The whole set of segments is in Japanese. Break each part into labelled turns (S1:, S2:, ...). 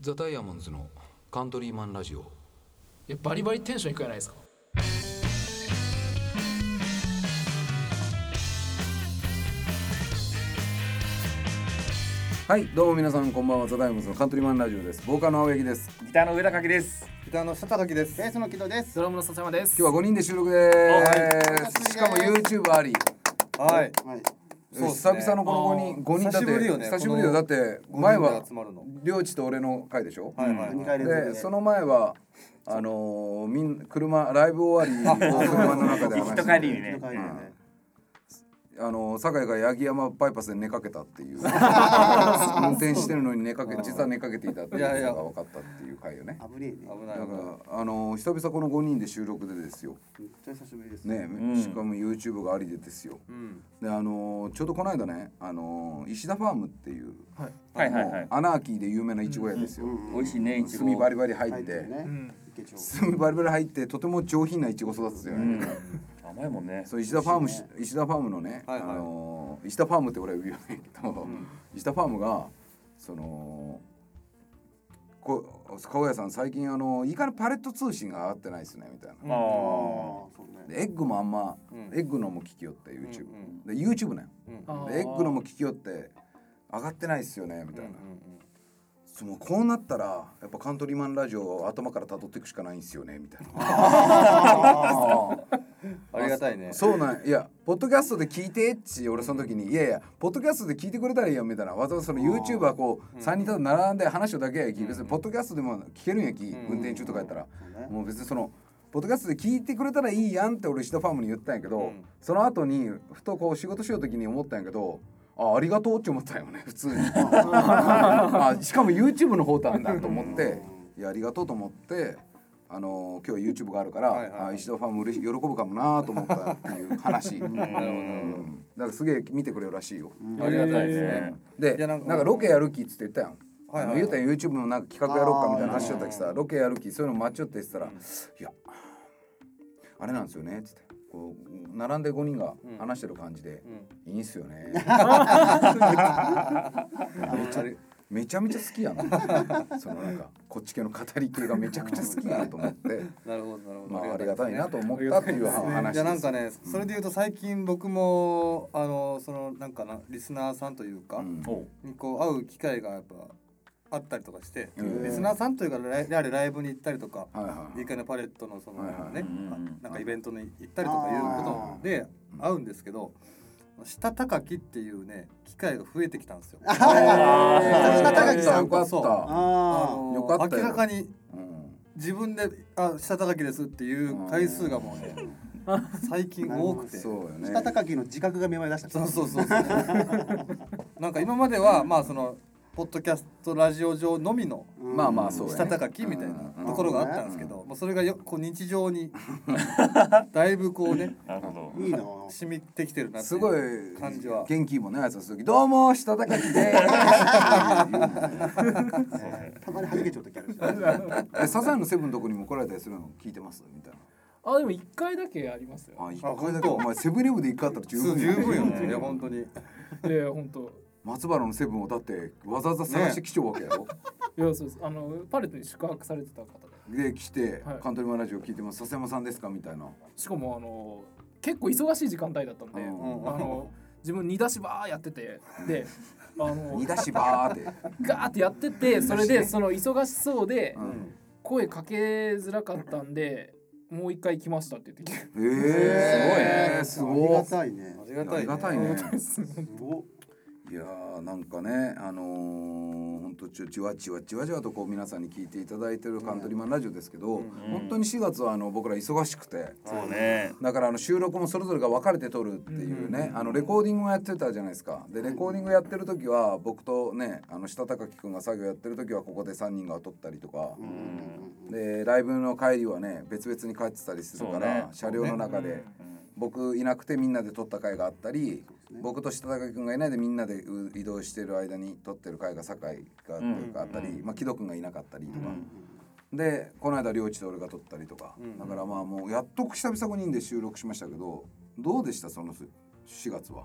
S1: ザ・ダイヤモンズのカントリーマンラジオ
S2: いやバリバリテンションいくじゃないですか
S3: はいどうも皆さんこんばんはザダイムズのカントリーマンラジオですボーカルの青柳です
S4: ギターの上田垣です。
S5: ギターの下高木です。ベースの木戸です。
S2: ドラムの笹山です
S3: 今日は5人で収録です、
S5: はい
S3: しかも YouTube あり
S5: はい。
S6: はい。
S5: そうっす
S3: 久
S5: ね
S3: 々のこの5人
S5: あー
S3: 5人だって
S5: 久しぶりよね
S3: 久しぶりよ
S5: こ
S3: だ
S5: の
S3: って前
S5: 前
S3: は
S5: は集まるの。
S3: 領地と俺の回でしょ、
S5: はいは
S6: 二
S5: いは
S6: 回
S5: い。
S6: 連続で。
S3: でその前はあのー、みん車ライブ終わ りの車の中で話
S4: 一
S3: し
S4: 回
S3: て
S4: りに
S6: 一
S4: ね。
S6: 回連ね。
S3: あのー酒井が八木山バイパスで寝かけたって いう運転してるのに寝かけ実は寝かけていたっていうことが分かったっていう回よね
S6: 危ねえね。
S5: 危
S3: だ
S5: ない
S3: か
S5: 危ない。
S3: らあのー久々この5人で収録でですよ
S6: めっちゃ久しぶりです。
S3: ね、
S4: ん
S3: しかも YouTube がありでですよ
S5: うん。
S3: であのーちょうどこの間ね、あのー石田ファームっていう、
S4: はいはい
S3: もう
S4: はい。
S3: アナーキーで有名ないちご屋ですよ、
S4: 美味しいね、いち
S3: 炭
S4: ご。
S3: バリバリ入
S6: 入
S3: っ、
S6: っててね。
S2: ん
S6: 池町。
S3: 炭バリバリ入ってとても上品ないちご育つよね、
S4: 甘いもんね。
S3: そう石田ファームし、石田ファームのね、
S5: はいはい
S3: あのー石田ファームって俺は言わないけど、石田ファームがそのこ川屋さん最近あのいいかにパレット通信が上がってないですねみたいな、
S4: あ
S6: ああ
S4: あ。、
S6: そうね。
S3: でエッグもあんま、
S5: うん
S3: エッグのも聞きよって YouTube、
S5: う
S3: で
S5: ん
S3: YouTube なんよ
S5: うん
S2: あー
S3: でエッグのも聞きよって上がってないっすよねみたいな、そのこうなったらやっぱカントリーマンラジオを頭から辿っていくしかないんですよねみたいな
S5: ありがたいね。
S3: そうなんいやポッドキャストで聞いてっち俺その時にいやいやポッドキャストで聞いてくれたらいいよみたいなわざわざその YouTube はこう3人ただ並んで話をだけやき別にポッドキャストでも聞けるんやき運転中とかやったら
S6: そうね
S3: もう別にそのポッドキャストで聞いてくれたらいいやんって俺石田ファームに言ったんやけど、
S5: うん
S3: その後にふとこう仕事しようときに思ったんやけどあありがとうって思ったよね普 通にあしかも YouTube の方とあんだと思っていやありがとうと思ってあのー今日 YouTube があるから、
S5: はいはい
S3: あ石田ファーム嬉し喜ぶかもなーと思ったっていう 話うんだからすげえ見てくれるらしいよ、
S5: ありがたいです
S4: ね
S5: ね。
S3: で
S5: い
S3: な
S5: やなんん
S3: か
S5: か
S3: ロケやる気っつって言ったやん。
S5: はいはい
S3: あのゆうたん YouTube のなんか企画やろうかみたいな話しちゃったきさロケやる気そういうの待ちよって言ってたら「いやあれなんですよね」っつってこう並んで5人が話してる感じで「いいんすよ ね」めちゃめちゃめちゃ好きやなそのなんかこっち系の語り系がめちゃくちゃ好きやなと思って
S5: なるほどなるほど。
S3: まあありがたいなと思ったっていう話
S5: じゃ
S3: で
S5: なん
S3: す
S5: か。ね、それで言うと最近僕もあのそのなんかなリスナーさんというか、
S3: うん
S4: おう。
S5: にこう会う機会がやっぱあったりとかして、
S3: うん
S5: リスナーさんというかライやはりライブに行ったりとか、
S3: はいはい
S5: いいかねパレットのその
S3: はいはい
S5: ね
S4: うんうんうん
S5: なんかイベントに行ったりとかいうことで会うんですけど下高きっていうね機会が増えてきたんですよ。
S3: あー
S5: 下高木さん
S3: よかっ
S5: そう
S3: た。
S5: あ
S6: あ
S5: の
S3: よかった
S5: 明
S3: よ
S5: らかに
S3: うん
S5: 自分で「あ下高きです」っていう回数がもうね最近多くて。
S3: そうよ
S6: あ。
S3: ね。
S6: したたかきの自覚が芽生え出した。
S5: そうそうそうそう なんか今まではまあそのポッドキャストラジオ上のみの
S6: うん
S3: まあまあそうやね
S5: したたかきみたいなところがあったんですけど、もうそれがよこう日常にだいぶこうね
S4: なるほど。
S6: いいな。
S5: 染みてきてるなって
S3: す
S5: い
S3: ごいう
S5: 感じは
S3: 元気もね挨拶する時どうもしたたかきで ーす」って言うんだよね
S6: たまにはじけちゃう時あるし。
S3: えサザンのセブンのとこにも来られたりするの聞いてますみたいな
S2: あでも一回だけありますよ
S3: あ一回だけお前セブンイレブンで一回あったら十
S5: そう
S3: 分
S5: 十分よ
S3: よ
S5: ねいや本当に
S2: いやいや本当
S3: 松原のセブンをだってわざわざ探してきちゃうわけやろ、
S2: いやそうですあのパレットに宿泊されてた方で
S3: で来て、
S2: はい
S3: カントリーマンラジオ聞いてます笹山さんですかみたいな
S2: しかもあの結構忙しい時間帯だったんで、
S3: うん
S2: あの自分煮出しばーやっててであの
S3: 煮出しばーって
S2: ガーってやっててそれでその忙しそうで
S3: うん
S2: 声かけづらかったんでもう一回来ましたって言ってきて
S3: えー、す
S6: あ
S3: ごい
S6: りがたいね。
S5: ありが
S3: あ
S5: た
S3: り
S5: い
S3: がたい
S5: ね
S3: ね
S6: すごっ。
S3: いやーなんかねあのー、ほんとちょじわじわじわじわとこう皆さんに聞いていただいてるカントリーマンラジオですけど、本当に4月はあの僕ら忙しくて
S4: そうね。
S3: だからあの収録もそれぞれが分かれて撮るっていうね、あのレコーディングもやってたじゃないですかでレコーディングやってる時は僕とねあの下高木君が作業やってる時はここで3人が撮ったりとか、でライブの帰りはね別々に帰ってたりするか
S4: そう
S3: ら、
S4: ね
S3: 車両の中で、僕いなくてみんなで撮った回があったり、僕と下高木君がいないでみんなでう移動してる間に撮ってる回が酒井がというかあったり、まあ、木戸君がいなかったりとか。でこの間両地で俺が撮ったりとか、だからまあもうやっと久々5人で収録しましたけどどうでしたその4月は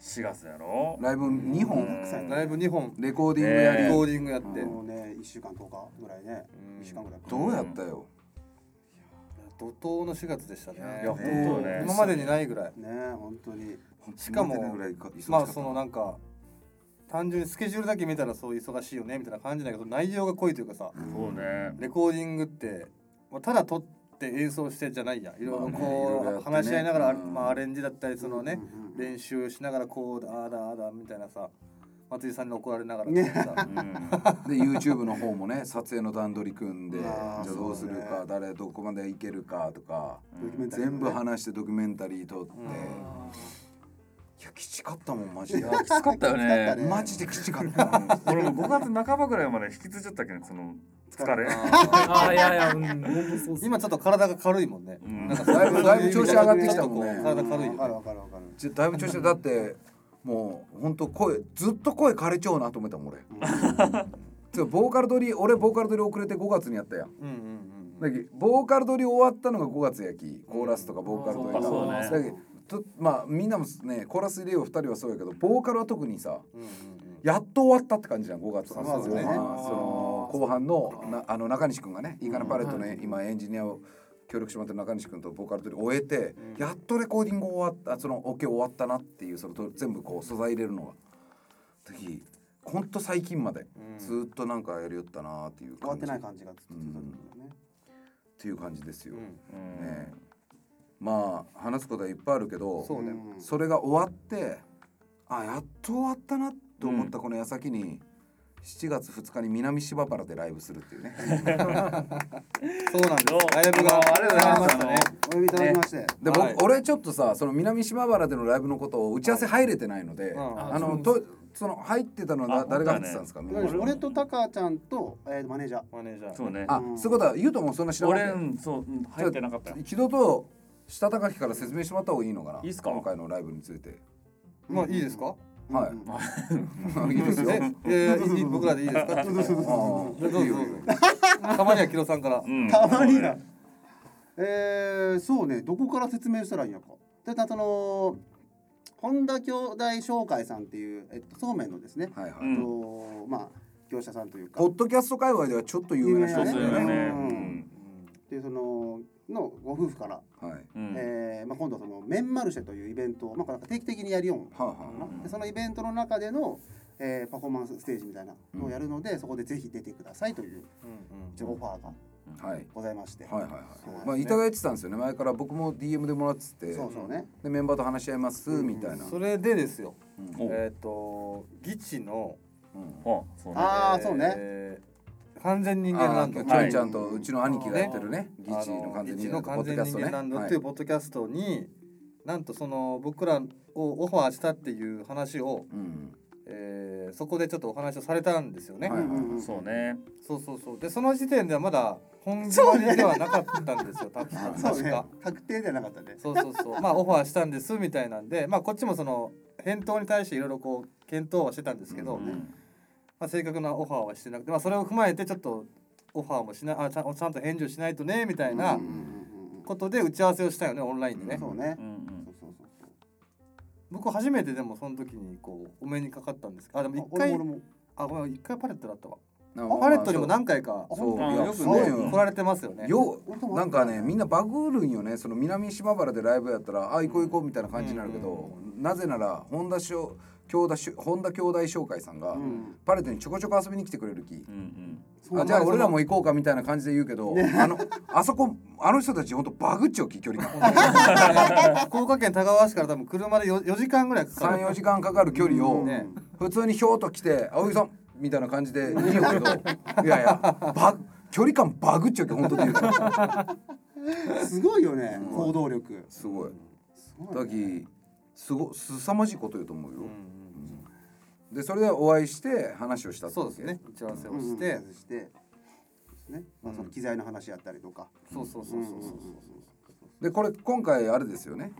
S4: 4月やろ
S3: ライブ2本
S6: うん
S5: ライブ2本
S3: レコーディングやり、
S5: レコーディングやって、
S6: もうね一週間10日ぐらいね
S5: うん
S6: 一週間ぐらいか
S3: どうやったよ
S5: 怒涛の4月でしたね
S4: いや本当ね
S5: 今までにないぐらい
S6: ね本当に
S5: しかも
S3: 見てないぐらいか忙しか
S5: ま
S3: っ
S5: あ
S3: た
S5: そのなんか単純にスケジュールだけ見たらそう忙しいよねみたいな感じだけど内容が濃いというかさ
S4: そうね
S5: レコーディングって、まあ、ただ撮って演奏してじゃないやんいろ
S3: まあ
S5: いろこ
S3: ねいろいろやっ
S5: う
S3: てね
S5: 話し合いながら、
S3: うん
S5: まあ、アレンジだったりそのね
S6: うんうん
S5: 練習しながらこうだあーだあーだみたいなさ松井さんに怒られながら
S6: ね
S5: とかさ
S4: うん
S3: で YouTube の方もね撮影の段取り組んで
S6: う
S3: じゃ
S6: わ
S3: あ
S6: ー
S3: どうする
S6: そうだ
S3: か
S6: ね
S3: 誰どこまでいけるかとか
S6: ドキュメンタリー
S3: 全
S6: も
S3: 部
S6: ね
S3: 話してドキュメンタリー撮って
S5: うん
S3: いやきつかったもんマジで
S4: きつかったよ
S6: きつかった
S4: ね
S6: ね
S3: マジできつかったもん
S4: 俺も5月半ばぐらいまで引きついちゃったけどその疲れ
S2: ああいやいや、うん、本当そうっす
S5: 今ちょっと体が軽いもんね、
S4: うん
S5: なんか
S3: だいぶだいぶ調子上がってきたもんね
S5: ちょっとこう体軽いよ
S6: わ
S5: ね
S6: かるわかるわかる
S3: じゃだいぶ調子だってもう本当声ずっと声枯れちゃうなと思ったもん 俺つうかボーカル取り俺ボーカル取り遅れて5月にやったやん
S5: うんうんうんう
S3: だ
S5: ん
S3: けどボーカル取り終わったのが5月やきコーラスとかボーカル取りが
S4: あそうかそう
S3: だけどとまあみんなもねコーラス入れよう2人はそうやけどボーカルは特にさ
S5: うんうん
S3: やっと終わったって感じじゃん5月の
S5: そうそうね
S3: その後半のな あの中西君がねいいかなパレットの、今エンジニアを協力してもらってる中西君とボーカル取り終えて、やっとレコーディング終わったそのオ、ケ終わったなっていうそのと全部こう素材入れるのが時ほんと最近まで、
S5: うん
S3: ずーっとなんかやりよったなっていう
S6: 終わってない
S3: っ
S6: 感じがずっと続いてるんだよね
S3: ていう感じですよ、
S5: う
S3: ね
S5: ん
S4: うん
S3: えまあ話すことはいっぱいあるけど
S5: そうだよ
S6: ん
S3: それが終わってあやっと終わったなと思ったこの矢先に、7月2日に南島原でライブするっていうね
S5: そうなんです
S4: どうも
S5: ライブが
S4: ありがとうございま
S5: し
S4: す
S5: たね
S6: お呼びいただきまして
S3: で、僕
S5: はい
S3: 俺ちょっとさその南島原でのライブのことを打ち合わせ入れてないので、
S5: うん
S3: あのとその入ってたのは
S4: あ
S3: だ誰が入っ
S4: 本
S3: て
S4: 当だね
S3: たんですか、みんな
S4: 俺
S6: 俺とタカちゃんとえーマネージャー
S5: マネージャー
S4: そうね
S3: あそういうことは言うともそんな知らな
S4: 俺
S3: い
S4: うんそううん入ってなかったよ
S3: 一度と下高木から説明してもらった方がいいのかない
S4: いっすか
S3: 今回のライブについて
S5: まあいいですか
S3: はい
S6: うん
S3: いいですよ
S5: ええいい僕らでいいですか
S6: そうそうそう
S3: あ
S5: どうぞ
S3: あいいよいいよ
S5: たまには木戸さんから
S4: うん
S6: たまにな
S4: そうね。
S6: えー、そうねどこから説明したらいいのか。でたその本田兄弟商会さんっていう、えっと、そうめんのですね、
S3: はいはい、
S4: うん
S6: とまあ業者さんというか
S3: ポッドキャスト界隈ではちょっと有名な人
S4: そう
S3: です
S4: そう
S3: よ
S4: よ
S3: ね
S4: ね
S6: うん
S4: うん
S6: でそののご夫婦から、
S3: はい
S4: うん
S6: えーまあ、今度そのメンマルシェというイベントを、まあ、なんか定期的にやりよう
S3: はあはあ
S6: のかなでそのイベントの中での、えーパフォーマンスステージみたいなのをやるので、そこでぜひ出てくださいという一応オファーが
S3: はい
S6: ございまして、
S3: はいはいは
S6: そう
S3: い。まあいただいてたんですよね。前から僕も DM でもらってて、
S6: そうそうね、
S3: でメンバーと話し合いますみたいな。
S5: それでですよ
S3: うん
S4: お
S5: えっ、と議地の
S3: うん
S4: あそうね
S6: ああそうね、
S5: えー完全人間ラ
S3: あ
S5: ン
S3: ち
S5: ド
S3: ょい
S5: の
S4: ーはい
S3: ちゃんとうちの兄貴がやってるね、ギチの
S5: あ
S3: 完
S5: の
S3: 全
S5: 議
S3: に
S5: 地の完全人間ランドっていうポッドキャストになんとその僕らをオファーしたっていう話を、
S3: うん
S5: えーそこでちょっとお話をされたんですよね、
S3: はい
S6: うんうんうん
S4: そうね
S5: そうそうそうでその時点ではまだ本気までではなかったんですよ、た
S3: はい
S6: そう
S5: 確
S6: ね
S5: か。
S6: 確定ではなかったね
S5: そうそうそうまあオファーしたんですみたいなんでまあこっちもその返答に対していろいろこう検討はしてたんですけど、
S4: うん
S5: まあ、正確なオファーはしてなくて、まあ、それを踏まえてちょっとオファーもしないあちゃんちゃんと返事をしないとねみたいな
S6: うんうんうんうん
S5: ことで打ち合わせをしたよねオンラインでね、
S6: そうね
S4: う。ん
S6: そうそうそう
S5: 僕初めてでもその時にこうお目にかかったんですけどあで
S6: そう。
S5: も一回
S6: 俺も
S5: あごめん一回パレットだったわ、
S3: なんかまあ
S5: パレットにも何回か
S3: そう
S4: あ
S3: いや
S5: よく
S3: すごい
S5: ね
S3: よ
S5: 来られてますよね
S3: よ
S6: 俺とも
S3: なんかねみんなバグるんよねその南島原でライブやったらあ行こう行こうみたいな感じになるけど、なぜなら本田しょ兄弟しょ本田兄弟紹介さんが、
S6: ん
S3: パレットにちょこちょこ遊びに来てくれるき
S4: うんう、ん
S6: そう
S3: あじゃあ俺らも行こうかみたいな感じで言うけど、あのあそこあの人たち本当バグっちゃうき距離 が。
S5: 福岡県田川市から多分車で 4, 時間ぐらいかかる
S3: 34時間かかる距離を
S5: ね
S3: 普通にひょうと来て「青木さん」みたいな感じでい いよけどいやいやバグ距離感バグっちゃうけど本当に言うから
S6: すごいよね。行動力。
S3: すごい
S6: すごい
S3: だ
S6: ね
S3: きすごすさまじいこと言うと思うよ、
S5: うんうん
S3: でそれでお会いして話をした
S5: う
S3: っ
S5: ん
S3: てわ
S5: そ
S3: け
S5: うですね打ち合わせ
S6: う
S5: を
S6: ん
S5: して、
S6: して。ですね。まあその機材の話やったりとか。
S5: そうそうそうそうそうそう
S3: でこれ今回あれですよね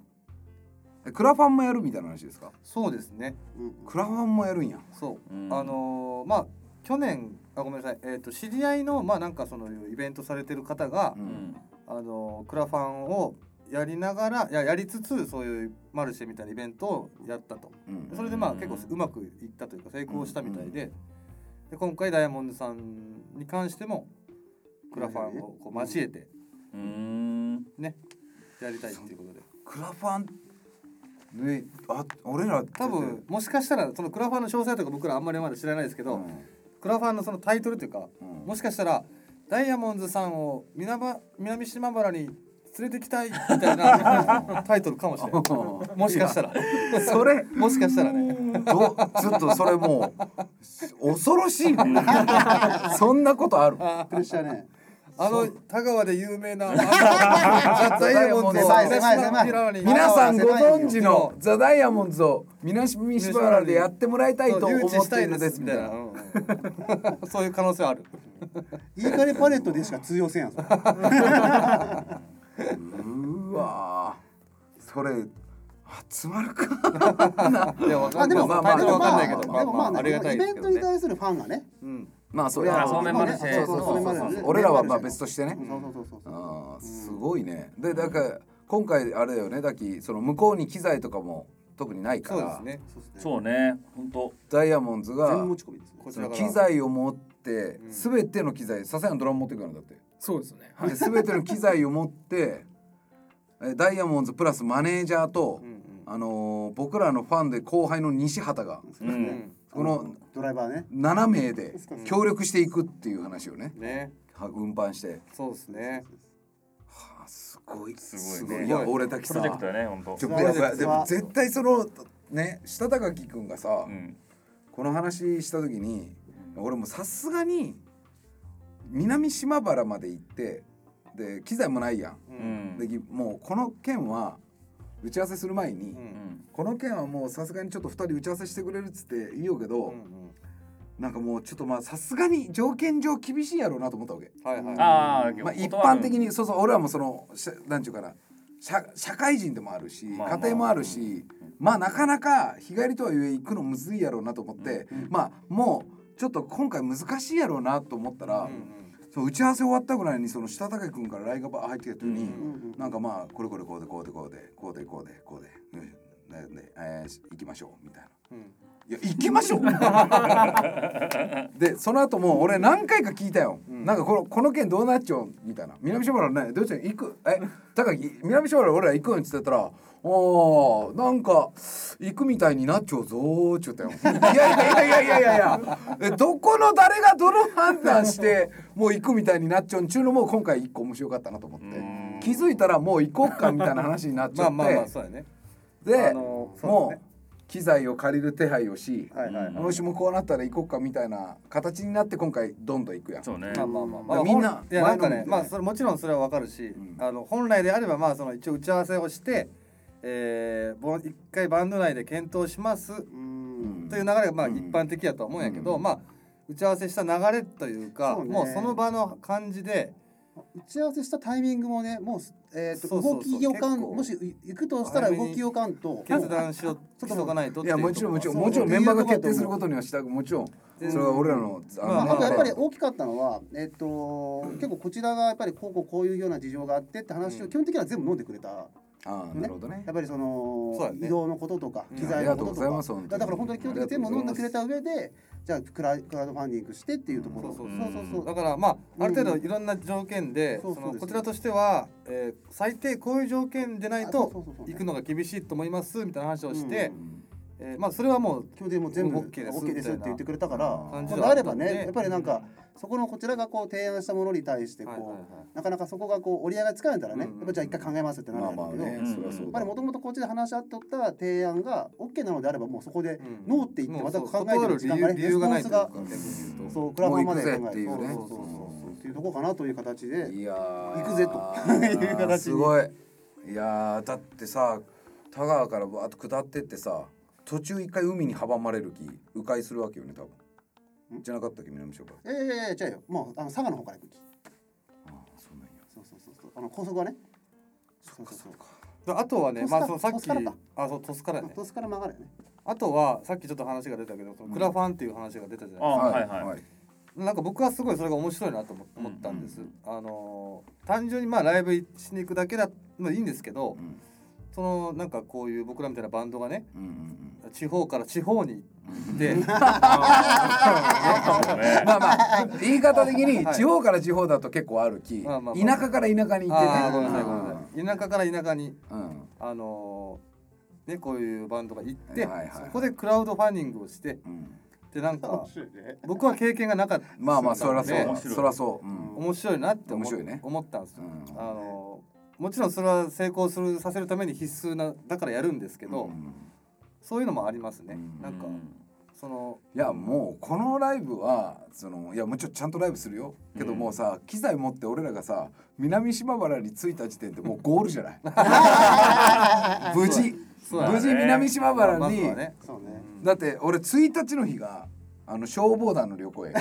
S3: えクラファンもやるみたいな話ですか
S5: そうですね
S6: うん
S3: クラファンもやるんや
S5: そう、
S4: うん
S5: あのーまあ去年あごめんなさい、えー、と知り合いのまあなんかそのイベントされてる方が、
S3: う
S4: うんん
S5: あのークラファンをやりながらいややりつつそういうマルシェみたいなイベントをやったと
S3: うん
S5: それでまあ結構うまくいったというか成功したみたいで,、で今回ダイヤモンドさんに関してもクラファンをこう交えて
S4: うーん
S5: やりたいっていうことで
S3: クラファンであ俺ら
S5: 多分もしかしたらそのクラファンの詳細とか僕らあんまりまだ知らないですけど、クラファンのそのタイトルというか
S3: うん
S5: もしかしたらダイヤモンドさんを南ば南島原に連れてきたいみたいなタイトルかもしれないもしかしたら
S3: それ
S5: もしかしたらね
S3: どちょっとそれもう恐ろしいねそんなことある
S6: プレッシャーね
S5: あの田川で有名なあのダイヤモンドを
S6: 狭い
S5: 南
S6: 狭い
S5: 島
S6: 狭い
S5: 原に
S3: 皆さんご
S6: 狭いよ
S3: 存知のザ・ダイヤモンズを南島原でやってもらいたいと
S5: 誘
S3: 思
S5: 致
S3: っ
S5: した
S3: てい
S5: い
S3: るの
S5: で
S3: ですす
S5: み
S3: み
S5: た
S3: た
S5: い
S3: い
S5: な
S3: な。
S5: うんそういう可能性はある。
S6: イーカレパレットでしか通用せんやんそれ
S3: うわーそれ集まるか
S5: いやわか
S6: あ
S5: ん
S6: で
S5: ない
S6: も
S5: まあ
S6: ま
S5: まあ
S6: あ
S5: で
S6: で
S5: もわかん
S6: もま
S5: な
S6: あ
S5: いけど
S6: でもまあ
S5: ありがた
S6: イ
S5: いです
S6: ベン
S5: け
S6: ト
S5: ど
S6: に
S5: ね。
S6: 対するファンがね
S5: うん
S3: まあそれ
S2: ま
S3: は
S2: あそうめんマルシェ
S6: そうそうそうめんマルシェ
S3: そう俺らはまあ別としてね
S6: そうそうそうそうそう
S3: あーすごいねでだから今回あれだよねだきその向こうに機材とかも特にないか
S5: そうで
S3: ら
S5: すね。
S6: そうですね
S4: そうね本当
S3: ダイヤモンズが
S6: 全持ち込みですね
S5: こち
S3: そ
S5: ら
S3: の
S5: から
S3: 機材を持って
S5: うん
S3: 全ての機材ささやのドラム持ってくるんだって
S2: そうですね。
S3: で全ての機材を持って えダイヤモンズプラスマネージャーと
S5: うんうん
S3: あのー僕らのファンで後輩の西畑が
S6: そうですね
S5: うん
S3: この
S6: ドライバーね
S3: 7名で
S5: ん
S3: 協力していくっていう話をね
S5: ね。
S3: は運搬して
S5: そうですね。
S3: はあすごい
S4: すごい
S3: いや俺たち
S4: プ
S3: さ
S4: ロジェクトだね本当
S3: ちょ
S6: ツアー
S3: やば
S6: で
S3: い
S6: す
S3: でも絶対そのね下高木君がさ、
S4: うん
S3: この話した時に俺もさすがに南島原まで行ってで機材もないやん、
S5: う
S4: うんん
S3: でもうこの件は打ち合わせする前に、
S5: うん
S4: うん
S3: この件はもうさすがにちょっと2人打ち合わせしてくれるっつって言おうけど、
S5: うんうん
S3: なんかもうちょっとまあさすがに条件上厳しいやろうなと思ったわけ、
S5: はいはい。
S4: あー
S3: まあ、
S4: 断る
S3: 一般的にそうそう俺らもそのしゃなんちゅうかな社社会人でもあるし、
S4: まあまあ
S3: 家庭もあるし、まあなかなか日帰りとはいえ行くのむずいやろうなと思って、まあもうちょっと今回難しいやろうなと思ったら、その打ち合わせ終わったぐらいにその下竹君からライガバ入ってきた時に、
S6: うん
S3: なんかまあこれこれこうでこうでこうでこうでこうでこうでうんでで、えー行きましょうみたいな。
S5: うん
S3: いや行きましょうでその後も俺何回か聞いたよ、なんかこのこの件どうなっちゃうんみたいな南島原ねどうちゃん行くえ高木南島原俺ら行くんっつってたらおーなんか行くみたいになっちゃうぞーっちゅったよいやいやいやいやいやいやえどこの誰がどの判断してもう行くみたいになっちゃうんちゅうのも今回一個面白かったなと思って
S4: うん
S3: 気づいたらもう行こっかみたいな話になっち
S5: ま
S3: ゃっ
S5: あ
S3: て
S5: まあまあそうだね。
S3: で、
S5: あのそう
S3: も
S5: ですね
S3: う機材を借りる手配をし、
S5: はいはいはい
S3: もしもこうなったら行こうかみたいな形になって今回どんどん行くやん。
S4: そうね
S5: まあまあまあ
S3: だか
S5: ま
S3: ら
S5: あ。
S3: みんない
S5: やなんか
S3: 前のめりで
S5: ねまあそれもちろんそれはわかるし
S3: ん、
S5: あの本来であればまあその一応打ち合わせをして。えーぼ、一回バンド内で検討します
S6: うん
S5: という流れがまあ
S3: うん
S5: 一般的やとは思うんやけど、
S3: うん
S5: まあ打ち合わせした流れというか
S6: そうね
S5: もうその場の感じで
S6: 打ち合わせしたタイミングもねもうすえー
S5: そ
S6: と
S5: うそう
S6: 動
S5: そう
S6: き予感
S5: 結構
S6: もし行くとしたら
S5: 早め
S6: 動
S5: に
S6: き予感と
S5: 決断しよしとかないとっ
S3: い
S5: てい
S3: や
S5: うとこ
S3: もちろんもちろん
S5: そう
S3: もちろんメンバーが決定する
S5: と
S3: ことにはしたくもちろんそ
S5: 全然
S3: れは俺らのあ
S5: ま
S3: の
S5: あ
S3: ね
S6: なんかやっぱり大きかったのは、えっと結構こちらがやっぱりこうこうこういうような事情があってって話
S5: う
S6: を
S5: ん
S6: 基本的には全部飲んでくれた、や
S3: ああなるほどね
S6: っ。ぱりその
S5: そうだね
S6: 移動のこととか
S5: うん
S6: 機材の
S3: ありが
S6: ことと
S3: とうござい
S6: か、
S3: ます本当に
S6: だから本当に基本的に全部飲んでくれた上でじゃあクラクラウドファンディングしてっていうところ、
S5: そうそう
S4: そう
S6: そうそう
S5: だからまあある程度いろんな条件で、
S6: そう
S5: そ
S6: そう
S5: の
S6: です
S5: こちらとしては、えー最低こういう条件でない
S6: あそう
S5: と
S6: そうそうそう
S5: 行くのが厳しいと思いますみたいな話をして、
S6: う
S5: えーまあそれはもう
S6: 今日でもう全部
S5: オッケーです
S6: OK ですよって言ってくれたから、
S3: うん
S5: 感じ
S6: ま
S5: で
S6: あ、
S5: はあ
S6: あ
S5: った
S6: れ
S5: んで
S6: ばねやっぱりなんかそこのこちらがこう提案したものに対してこう、
S5: はいはいはい
S6: なかなかそこがこう折り合いがつかないからね、
S5: うんうんうん
S6: やっぱじゃあ一回考えますってなる
S3: ま
S6: や
S3: あまあ
S6: ろうけど、
S3: ね
S4: うん
S3: それはそう
S6: やっぱ
S3: だ
S6: り。もともとこっちで話し合っとった提案が OK なのであればもうそこで
S5: うん
S6: ノーって言ってまた
S5: もう
S6: 考えてる時間
S5: そう断
S6: が
S5: る
S6: ね
S5: 理由理由がない
S6: レス
S5: というか逆に言うと
S6: ポンスがそうクラファンまで考え
S3: もう行くぜっていうね
S6: そうそうそうそうっていうとこかなという形で
S3: いやー
S6: 行くぜと いう形に
S3: すごいいやーだってさ田川からバーッと下ってってさ途中一回海に阻まれる気迂回するわけよね多分じゃなかったっけ南島から
S6: ええいやいやいや違うよもうあの佐賀の方から行く気
S3: ああそうなんや
S6: そうそうそうそうあの高速はねそうそうそう
S5: であとはね
S6: トスカ
S5: まあそのさっ
S6: ト
S5: き
S6: スカラか
S5: あそうトスからね
S6: トスから曲がるよね
S5: あとはさっきちょっと話が出たけどそのクラファンっていう話が出たじゃないですか
S4: あ
S3: は
S4: はいい
S3: は
S4: はい
S5: なんか僕はすごいそれが面白いなと思思ったんです、あのー単純にまあライブしに行くだけだまあいいんですけど、
S3: うん
S5: そのなんかこういう僕らみたいなバンドがね
S3: うんうん
S5: 地方から地方に行って
S4: そう
S3: うん
S4: ね
S3: まあま あ言い方的に
S5: はい
S3: 地方から地方だと結構あるき、
S5: まあまあまあ
S3: 田舎から田舎に行ってね
S5: あーごめんなさいごめんなさい田舎から田舎に
S3: うん
S5: あのーねこういうバンドが行って、
S3: はいはいはい
S5: そこでクラウドファンディングをして
S3: うん
S5: でなんか
S6: 楽しいね。
S5: 僕は経験がなかった
S3: まあまあそらそうだ
S5: 面
S4: 白い
S3: そらそう、うん
S5: 面白いなって思,、
S3: 面白いね
S5: 思ったんですよ、
S3: うん
S5: あのーもちろんそれは成功するさせるために必須なだからやるんですけど、
S3: うん
S5: そういうのもありますね、
S3: うん
S5: なんかその
S3: いやもうこのライブはそのいやもうちろんちゃんとライブするよけどもうさ、機材持って俺らがさ南島原に着いた時点でもうゴールじゃない 無事、
S5: そうだね
S3: 無事南島原に、
S5: まずはね
S6: そうね。
S3: だって俺1日の日があの消防団の旅行へ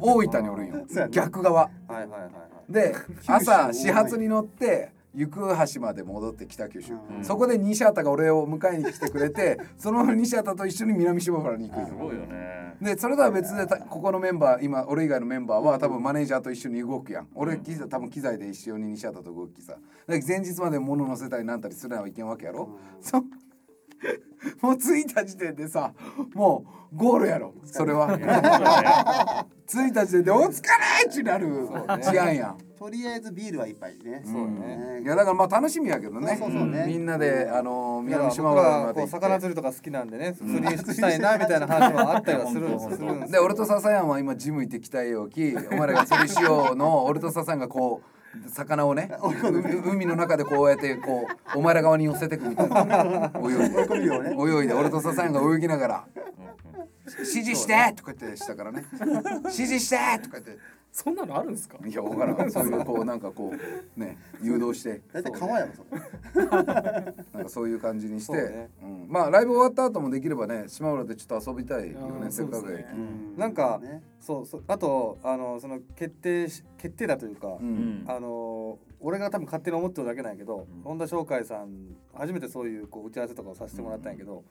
S3: 大分におるんよ
S6: そうやね
S3: 逆側
S5: はいはいはいはい
S3: で
S6: 州
S3: 朝始発に乗って行く橋まで戻って北九州、
S6: うん
S3: そこで西畑が俺を迎えに来てくれてその西畑と一緒に南島原に行くん
S4: す
S3: よ
S4: ごいよね。
S3: でそれとは別でたここのメンバー今俺以外のメンバーは多分マネージャーと一緒に動くやん俺機材多分機材で一緒に西畑と動きさだから前日まで物乗せたりなんたりするのはいけんわけやろ、そう もう着いた時点でさもうゴールやろそれは 着いた時点で「お疲れ!」ってなる
S5: そう
S3: 違
S5: ね
S3: うんやん
S6: とりあえずビールは一杯ね。
S5: そうね
S3: いやだからまあ楽しみやけどね
S6: そうそうそうね
S3: みんなであの
S5: だ
S3: 南
S5: から僕
S3: 島原
S5: は
S3: まで
S5: こ
S3: 行
S5: う
S3: って
S5: 魚釣りとか好きなんでね釣りしたいなみたいな話もあったりはするんです
S4: う ん
S5: するんです
S3: で俺と笹山は今ジム行ってきたいよ きお前らが釣りしようの俺と笹山がこう魚を ねう海の中でこうやってこうお前ら側に寄せてくみたい な泳いで
S6: 込みをね
S3: 泳いで俺と笹山が泳ぎながら「指示して!」とか言ってしたからね「指示して!」とか言って。
S2: そんなのあるんですか
S3: いや分からんそういうこうなんかこうね誘導して
S6: だいたい川やろそれ。
S3: なんかそういう感じにしてう、
S5: そうね
S3: ん、まあライブ終わった後もできればね島浦でちょっと遊びたいよ
S2: う
S3: ね
S2: ん
S3: せっかく
S2: そう
S3: や
S2: で
S3: き
S2: すね
S6: うん
S5: なんか
S6: ね
S5: そうそうあとあのその決定し決定だというか、
S3: う
S4: うんん
S5: あの俺が多分勝手に思ってるだけなんやけど、
S4: うん
S5: 本田翔海さん初めてそういうこう打ち合わせとかをさせてもらったんやけど、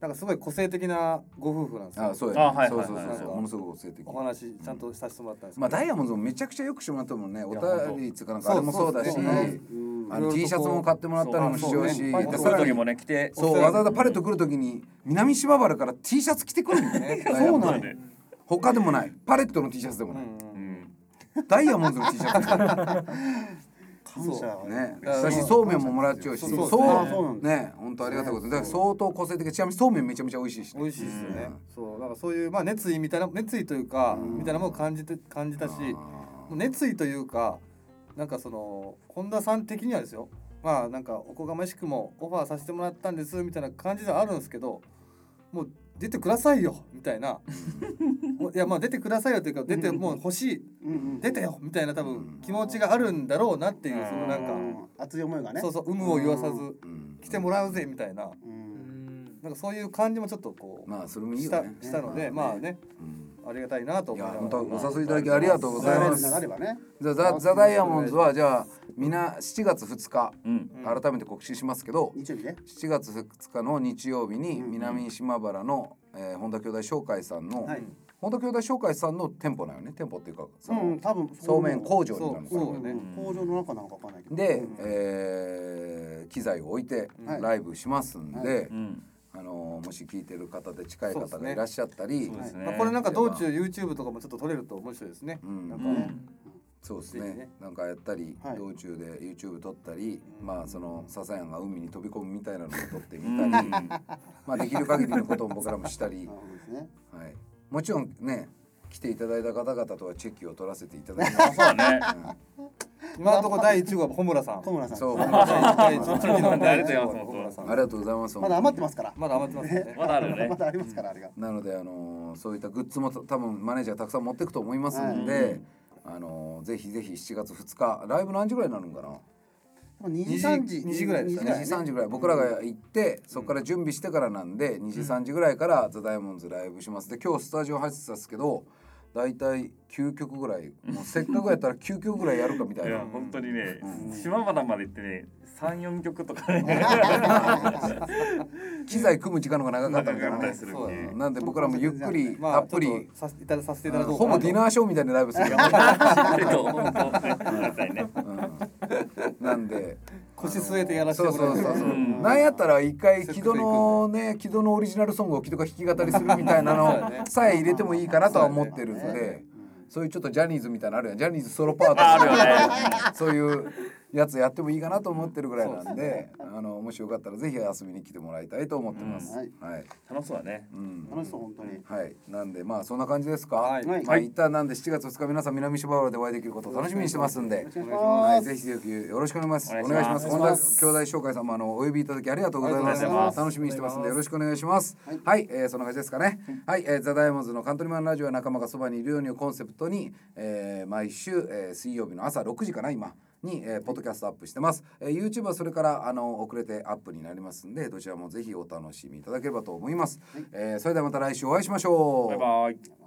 S5: なんかすごい個性的なご夫婦なんですよ
S3: あそう
S4: あ
S3: や、ね
S4: はい
S3: そうそう
S4: はい
S3: そう
S4: はい
S3: そう
S5: はい
S3: ものすごく性的
S5: お話ちゃんとさせてもらったんですけど、
S3: まあダイヤモンドもめちゃくちゃよくしてもらったもんねお
S4: や
S3: たりつかなんかあれもそうだし
S5: そうそう
S6: ね
S3: あ
S5: い
S3: の
S5: ろいろと
S3: T シャツも買ってもらったりもしようし
S5: そうね
S3: で
S4: そ
S3: さ
S4: ういう
S3: ら
S4: 時
S3: に
S4: もね来て。
S3: そうわざわざパレット来るときに南島原から T シャツ着てくるんだよねダイヤモンド
S4: そうなんだよ
S3: 他でもないパレットの T シャツでも
S5: う
S3: ない、
S5: んう
S4: うんん。
S3: ダイヤモンドの T シャツでも
S6: 感謝は
S3: ないね
S5: そう
S3: だしそうめんももらっちゃうし
S5: そ
S3: そうう
S5: そう
S6: あそうなんだ
S3: ね本当ありがたいことだから相当個性的ちなみにそうめんめちゃめちゃ美味しいし、
S5: 美味しいですよね、そうなんかそういう、まあ、熱意みたいな熱意というか、みたいなものを感じて感じたし、
S3: あ
S5: 熱意というかなんかその本田さん的にはですよまあなんかおこがましくもオファーさせてもらったんですみたいな感じではあるんですけどもう出てくださいよみた いなもういやまあ出てくださいよというか出てもう欲しい
S6: うんうん
S5: 出てよみたいな多分気持ちがあるんだろうなっていうそのなん
S6: う
S5: か
S6: ん熱い思いがね。
S5: そうそう有無を言わさず
S3: ーうん
S5: 来てもらうぜみたいな
S6: う。
S2: うんん
S5: なんかそういう感じもちょっとこ
S3: まあそれも
S5: う
S3: いい
S5: し
S3: よ
S5: た
S3: ね
S5: したのでまあね
S3: うん
S5: ありがたいなと
S3: い
S5: 思い
S3: や
S5: なが
S3: 本
S5: ら
S3: 当お誘いいただきありがとうございま
S6: 流れ
S3: す。
S6: ばね。
S3: じゃあザザダイヤモンドはじゃあみな7月2日
S4: うん。
S5: うん
S3: 改めて告知しますけど、
S6: 日曜日ね。
S3: 7月2日の日曜日に南島原の、えー本田兄弟商会さんの、
S6: はい。
S3: 本田兄弟商会さんの店舗なよね店舗っていうかその、
S6: うん多分
S3: そうめん工場にな
S5: そ
S3: るの
S5: う
S3: かな
S5: そうね
S6: 工場の中なのかわかんないけど。
S3: で、
S6: うん
S3: えー機材を置いて
S6: はい
S3: ライブしますんで、
S4: うん。
S3: あのーもし聞いてる方で近い
S5: そ
S3: 方
S5: うですね
S3: がいらっしゃったり
S4: そうです
S5: まあ
S4: ね。
S5: これなんか道中 YouTube とかもちょっと撮れると面白いですね。
S3: うん
S5: なん
S4: う
S5: か
S4: ん。
S3: そうです
S5: ぜ
S3: ね
S5: ひね
S3: なんかやったり、
S6: はい
S3: 道中で YouTube 撮ったり、
S5: うん
S3: まあその笹谷が海に飛び込むみたいなのも撮って
S4: う
S3: みたり、
S4: ん。
S3: まあできる限りのことを僕らもしたり
S6: なる、ほどですね。
S3: はい、もちろんね来ていただいた方々とはチェキを取らせていただき ます
S4: そうね。
S5: 今のところ第一号は穂村さん。
S6: 小村さん。
S3: そう
S6: ま
S3: 本当に
S5: 第 一地域の
S4: ありがとうございます
S5: 穂村さん
S3: ありがとうございます
S6: だ余ってますから。
S5: まだ余ってますよね。
S4: まだあるよね
S6: ま。だありますからあれが。
S3: なのであのーそういったグッズもた多分マネージャーたくさん持っていくと思いますので、あのーぜひぜひ7月2日ライブ何時ぐらいになるんかな
S6: 多分二時三時。
S5: 二時ぐらいですかね
S3: 2時3時ぐらい僕らが行ってそこから準備してからなんで2時3時ぐらいから「ザ・ダイヤモンズライブしますで今日スタジオ入ってたんですけど大体9曲ぐらいもう せっかくやったら9曲ぐらいやるかみたい
S4: い
S3: な
S4: や本当にね
S3: うん
S4: 島原まで行ってね34曲とかね
S3: 機材組む時間の方が長か
S4: な
S3: っ
S4: んか
S3: たみたい
S4: や
S3: な
S4: ったり
S3: ね
S4: するん
S5: そうだ
S4: で
S5: ね
S3: なんで僕らもゆっくり
S5: ま
S3: た
S5: あ
S3: っ
S5: ちょ
S3: ぷ
S5: っ
S3: り
S5: とさせていたださせていただこうか
S3: ほぼディナーショーみたいなライブするよ
S4: ちょ っと本当ねありがたいね
S3: うんなんで
S5: 腰据えてやらせて
S3: そう
S5: もら
S3: そううそうそううんなんやったら一回
S5: せっ
S3: 木
S5: かく行
S3: 戸
S5: く
S3: のね木戸のオリジナルソングを木戸が弾き語りするみたいなのさえ入れてもいいかなとは思ってるのでそういうちょっとジャニーズみたいなのあるやんジャニーズソロパートと
S4: ああるよ
S3: か
S4: ね
S3: そういうやつやってもいいかなと思ってるぐらいなんであのもしよかったらぜひ遊びに来てもらいたいと思ってます。
S6: うんはい
S3: はい
S4: 楽しそうだね
S3: うん
S6: 楽しそう本当に。
S3: はい、なんでまあそんな感じですか。
S5: はい
S6: はい
S3: まあ一旦なんで7月2日皆さん南島原でお会いできることを楽しみにしてますんで
S6: よろし。くお
S3: は
S6: 願
S3: い、
S6: いし
S3: ぜひぜひよろしくお願いします。
S4: お
S3: お
S4: 願
S3: 願
S4: い
S3: い
S4: し
S3: し
S4: ま
S3: ますす。本田兄弟紹介さんもあのお呼びいただきありがとうございます。
S4: ありがとうございます
S3: 楽しみにしてますんで
S2: あ
S3: よ
S2: り
S3: ろ
S2: が
S3: しくお願いします。はい、えーそんな感じですかね。はい、えーザダイヤモンドのカントリーマンラジオは仲間がそばにいるようにをコンセプトに、えー毎週、えー水曜日の朝6時かな今。に、えーポッドキャストアップしてます、えー、YouTube はそれからあの遅れてアップになりますんでどちらもぜひお楽しみいただければと思います、えーそれではまた来週お会いしましょう
S4: バイバイ
S6: ます